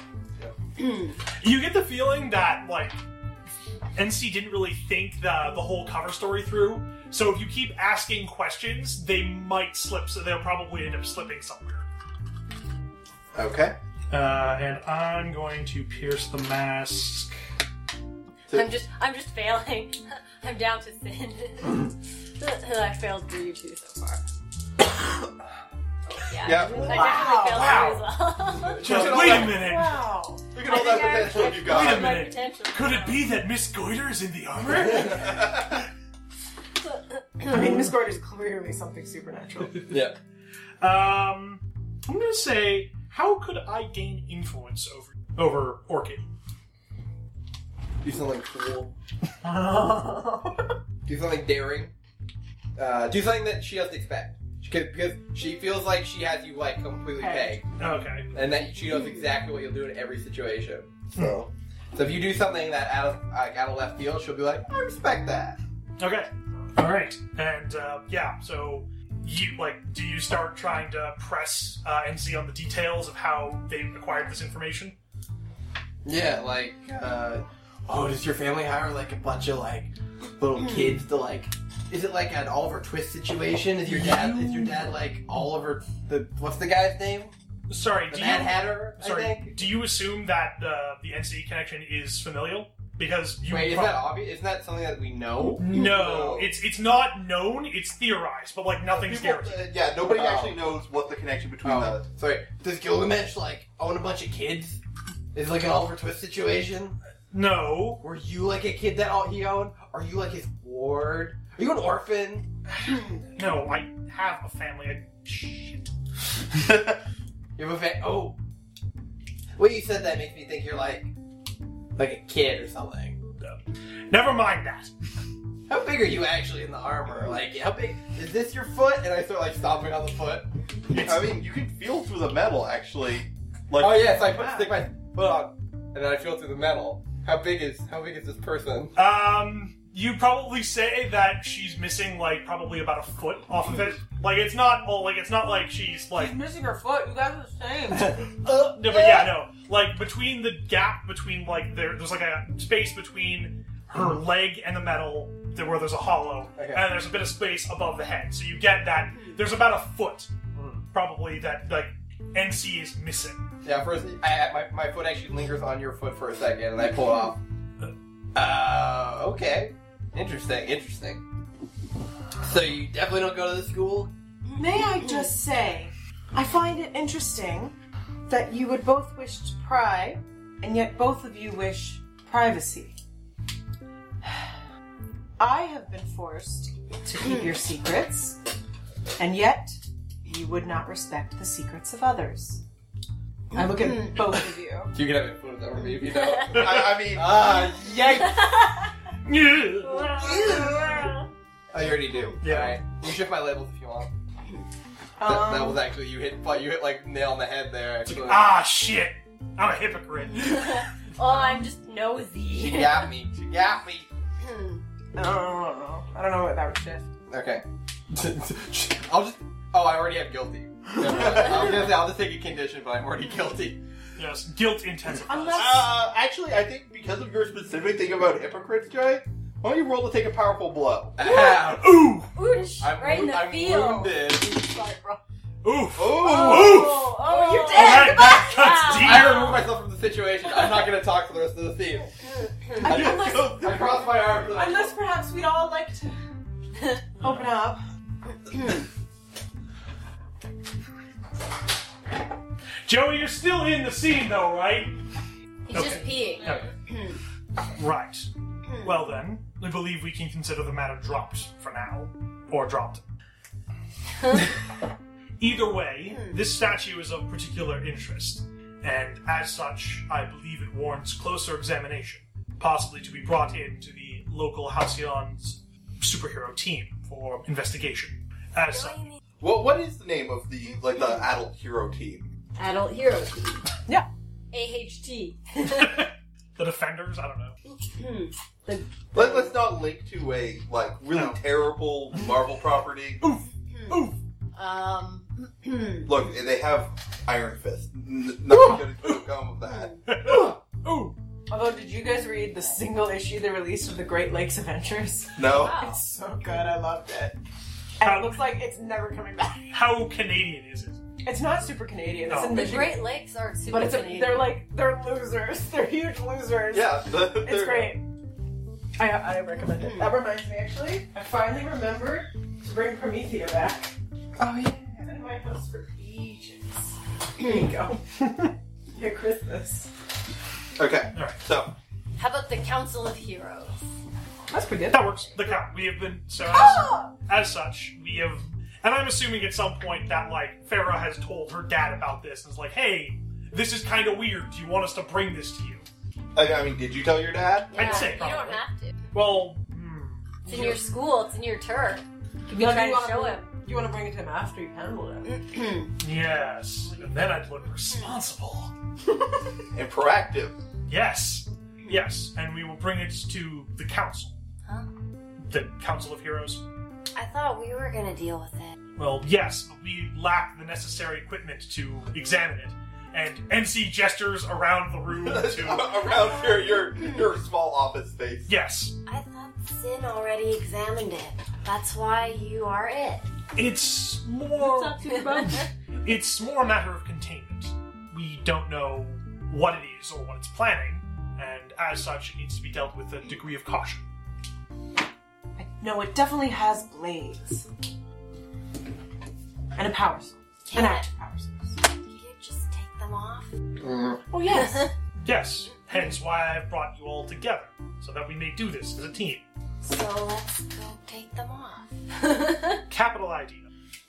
you get the feeling that like NC didn't really think the the whole cover story through. So if you keep asking questions, they might slip. So they'll probably end up slipping somewhere. Okay. Uh, and I'm going to pierce the mask. I'm just, I'm just failing. I'm down to sin. I failed for you two so far. yeah. Yeah. I definitely failed wow. as Just Look at all wait a that- minute. Wow. Look at all that potential you got. Wait a minute. Could it be that Miss Goiter is in the armor? I mean, Miss Gordon is clearly something supernatural. Yeah. um, I'm gonna say, how could I gain influence over over Orchid? Do something cool. oh. Do something daring. Uh, do something that she doesn't expect. She could, because she feels like she has you like completely Okay. pegged. Okay. and that she knows exactly what you'll do in every situation. So, so if you do something that out of like out of left field, she'll be like, I respect that. Okay. All right, and uh, yeah, so you like, do you start trying to press uh, and see on the details of how they acquired this information? Yeah, like, uh, oh, does your family hire like a bunch of like Hmm. little kids to like? Is it like an Oliver Twist situation? Is your dad? Is your dad like Oliver? The what's the guy's name? Sorry, The do Mad you Hatter, I sorry think. do you assume that the the NCE connection is familial? Because you Wait, is prob- that obvious? Isn't that something that we know? no, No. it's it's not known. It's theorized, but like nothing's People, guaranteed. uh, yeah, nobody Oh. actually knows what the connection between Oh, sorry. Does Gilgamesh like own a bunch of kids? Is it like an Oliver Twist situation? No, Were you like a kid that all he owned? Are you like his ward? Are you an orphan? no, I have a family. I, shit. the. You have a fa- oh. What you said that makes me think you're like like a kid or something. Never mind that. How big are you actually in the armor? Like how big is this your foot? And I start like stomping on the foot. It's- I mean, you can feel through the metal actually. Like, Oh yeah, so I put stick my foot on and then I feel through the metal. How big is how big is this person? Um, you probably say that she's missing like probably about a foot off of it. Like it's not all like it's not like she's like She's missing her foot. You guys are the same. uh, no, but yeah, no. Like between the gap between like there, there's like a space between her leg and the metal there where there's a hollow, Okay. and there's a bit of space above the head. So you get that there's about a foot probably that like NC is missing. Yeah, first I, my, my foot actually lingers on your foot for a second, and I pull it off. Uh, okay. Interesting, interesting. So you definitely don't go to the school? May I just say, I find it interesting that you would both wish to pry, and yet both of you wish privacy. I have been forced to keep your secrets, and yet you would not respect the secrets of others. I look Mm-hmm. at both of you. You can have influence over me if you don't. I, I mean, Ah, yikes! Yeah. I Oh, already do. Yeah. Alright. You shift my labels if you want. That, Um, that was actually, you hit, you hit like nail on the head there, actually. ah shit, I'm a hypocrite. oh, I'm just nosy. She got me. She got me. I don't know. I don't know what that would shift. Okay. I'll just. Oh, I already have guilty. Never mind. I was gonna say, I'll just take a condition, but I'm already guilty. Yes, guilt intensifies. Unless uh, actually, I think because of your specific thing about hypocrites, Jay, why don't you roll to take a powerful blow? Ow. Ooh, Oosh, I'm, right in wo- the I'm field. wounded. oof. Oh, Oh, oh, you're That, dead. that cuts deep. I remove myself from the situation. I'm not going to talk for the rest of the scene. I mean, unless I cross my arms. and I- Unless perhaps we'd all like to open up. Joey, you're still in the scene though, right? He's just peeing. Okay. Right. Well then, I believe we can consider the matter dropped for now. Or dropped. Either way, this statue is of particular interest, and as such, I believe it warrants closer examination, possibly to be brought in to the local Halcyon's superhero team for investigation. As such, What what is the name of the like the adult hero team? Adult hero tea. Yeah. AHT. the defenders, I don't know. Let, let's not link to a like really No. terrible Marvel property. um. Look, they have Iron Fist. N- nothing good to come of that. Ooh! Although, did you guys read the single issue they released of the Great Lakes Adventures? No. Wow. It's Oh, so good. I loved it. And it looks like it's never coming back. How Canadian is it? It's not super Canadian. It's No. in The Michigan. Great Lakes are super but it's a, Canadian. they're like they're losers. They're huge losers. Yeah, It's great. I, I recommend it. That reminds me, actually, I finally remembered to bring Promethea back. Oh, yeah. It's in my house for ages. Here you go. Here, Christmas. Okay, Alright. so How about the Council of Heroes? That's pretty good. That works. The count. We have been so as, Oh! as such, we have, and I'm assuming at some point that like Farah has told her dad about this and is like, "Hey, this is kind of weird. Do you want us to bring this to you?" I, I mean, did you tell your dad? Yeah, I'd say you don't probably. have to. Well, hmm. It's in your school. It's in your turf. You Yeah, can try you to wanna show bring- him. Mm. You want to bring it to him after you handle it. yes, and then I'd look responsible. And proactive. Yes, yes, and we will bring it to the council. Huh? the Council of Heroes? I thought we were gonna deal with it. Well, yes, but we lack the necessary equipment to examine it. And MC gestures around the room to. Around your, your your small office space. Yes, I thought Sin already examined it. That's why you are it. it's It's more. up to you, bud. It's more a matter of containment. We don't know what it is or what it's planning, and as such, it needs to be dealt with a degree of caution. No, it definitely has blades. And a power source. An Can I? active power source. Can you just take them off? Mm-hmm. Oh, yes. Yes, hence why I've brought you all together, so that we may do this as a team. So let's go take them off. Hmm, Capital idea.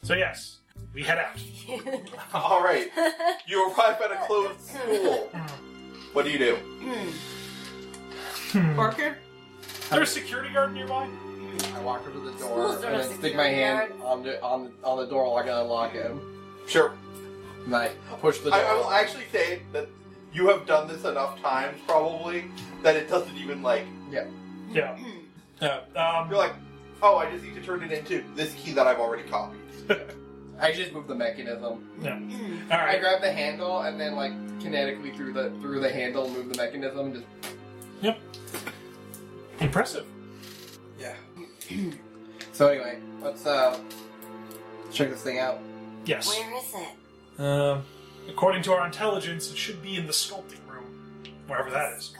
So, yes, we head out. All right. You arrive at a closed school. What do you do? Barker? There's a security guard nearby? I walk over to the Schools door don't and have I stick my security hand on the on the, on the door like I unlock it. Sure. And I push the door. I, I will actually say that you have done this enough times, probably, that it doesn't even like. Yeah. Yeah. Um, You're like, oh, I just need to turn it into this key that I've already copied. I just move the mechanism. yeah. All I right. grab the handle and then like kinetically through the through the handle move the mechanism. Just Impressive. yeah. so anyway, let's uh check this thing out. Yes. Where is it? Um, according to our intelligence, it should be in the sculpting room, wherever that is.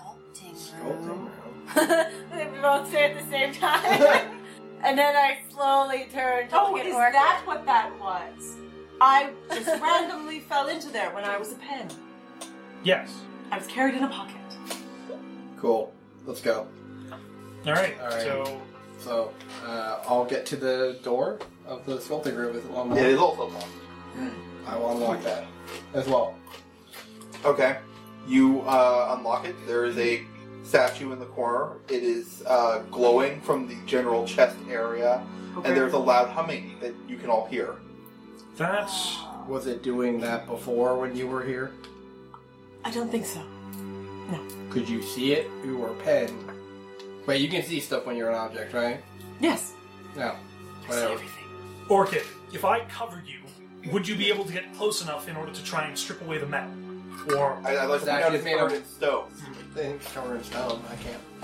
Sculpting room. we both say it at the same time. and then I slowly turn to Oh, look at is Orchid. that what that was? I just randomly fell into there when I was a pen. Yes. I was carried in a pocket. Cool. Let's go. All right. All right. So, So uh, I'll get to the door of the sculpting room with one. It is also locked. I will unlock that as well. Okay. You uh, unlock it. There is a statue in the corner. It is uh, glowing from the general chest area, and there's a loud humming that you can all hear. that's. Was it doing that before when you were here? I don't think so. Could you see it? You were pen. Wait, you can see stuff when you're an object, right? Yes. No. I see Whatever. everything. Orchid, if I covered you, would you be able to get close enough in order to try and strip away the metal? Or. I, I like to Statue point out is it's made covered of- Hmm. in stone. Things covered in stone. I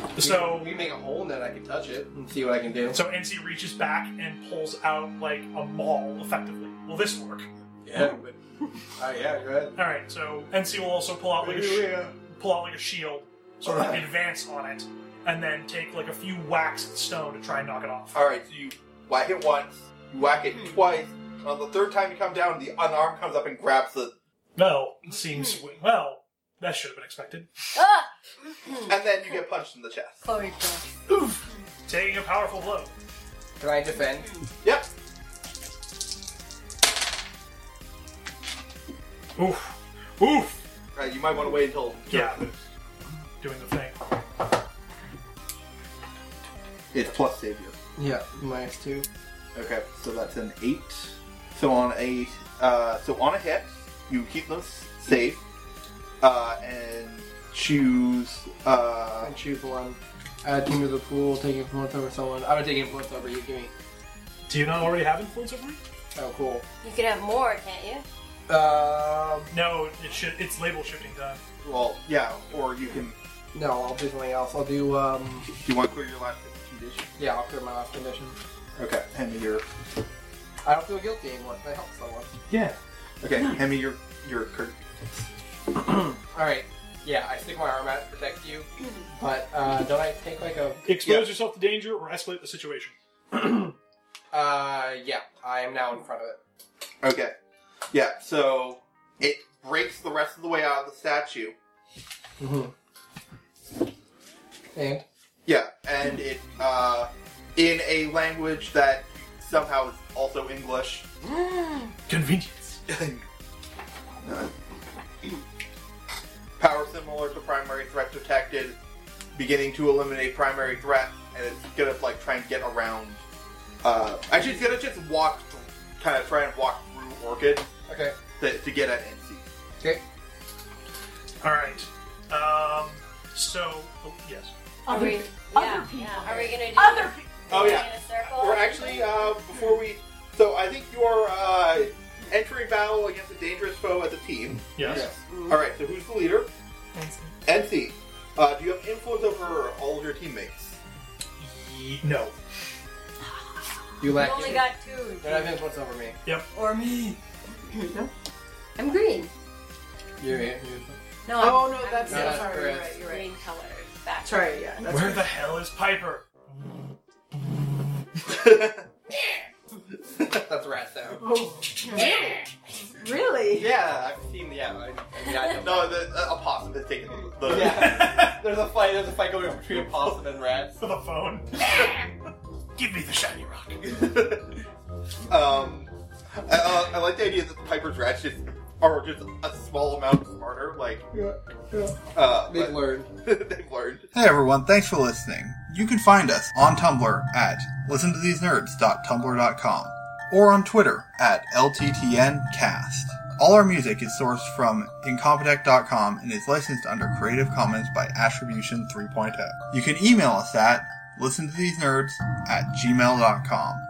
can't. So. we make a hole in that I can touch it and see what I can do. So NC reaches back and pulls out like a maul, effectively. Will this work? Yeah. but- Oh yeah. Go ahead. All right. So NC will also pull out like a sh- pull out like a shield, sort of advance on it, and then take like a few whacks at the stone to try and knock it off. All right, so you whack it once, you whack Hmm. it twice. and On the third time you come down, the unarmed comes up and grabs the, Well, it seems well. That should have been expected. Ah! and then you get punched in the chest. Chloe Crook. Oof! Taking a powerful blow. Can I defend? Yep. Oof! Oof! All right, Uh, you might want to wait until Yeah. Doing the thing. it's plus savior. Yeah. Minus two. Okay, so that's an eight. So on a uh, so on a hit, you keep them s- safe uh, and choose. Uh, And choose one. Add team to the pool. Take influence over someone. I'm gonna take influence over you. Give me. Do you not already have influence over me? Oh, cool. You could have more, can't you? Um. No, it should. It's label uh, shifting time. well, yeah, or you can. No, I'll do something else. I'll do. Um. Do you want to clear your last condition? Yeah, I'll clear my last condition. Okay, hand me your. I don't feel guilty anymore. Can I help someone? Yeah. Okay, hand me your your. cur- All right. Yeah, I stick my arm out to protect you, but uh, don't I take like a? Expose Yeah. yourself to danger or escalate the situation. Uh, yeah, I am now in front of it. Okay, yeah. So it breaks the rest of the way out of the statue. And Yeah, and it uh, in a language that somehow is also English. Convenience. Power similar to primary threat detected, beginning to eliminate primary threat, and it's gonna like try and get around. Uh, actually, it's gonna just walk, kind of try and walk through Orchid okay, to, to get at NC. okay. All right. Um. So oh, yes. Are Other we? people. Yeah, Other people. yeah. Are we gonna do? Other people. Oh, yeah. in a circle. Or actually, uh, before we, so I think you are uh, entering battle against a dangerous foe as a team. Yes. All right. So who's the leader? Fancy. NC. Uh, do you have influence over all of your teammates? Ye- No. You You lack. only got two. Don't have influence over me. Or me. No? I'm green. You're here. No. Oh I'm, no, I'm that's No, yeah, that's sorry. You're correct. right. You're right. green colored. Back. Sorry. Yeah. That's Where right. the hell is Piper? That's rat sound. Oh, really? Yeah, I've seen. Yeah, I, I mean, I know. no, the, uh, a possum has taken the. the- Yeah, there's a fight. There's a fight going on between a possum and rats. For the phone. Give me the shiny rock. um, I, uh, I like the idea that the Piper's rats just are just a small amount smarter. Like, uh, Big but- learn. they've learned. Hey everyone, thanks for listening. You can find us on Tumblr at listentothesenerds.tumblr.com or on Twitter at LTTNcast. All our music is sourced from incompetech.com and is licensed under Creative Commons by oh. Attribution 3.0. You can email us at listentothesenerds at gmail.com.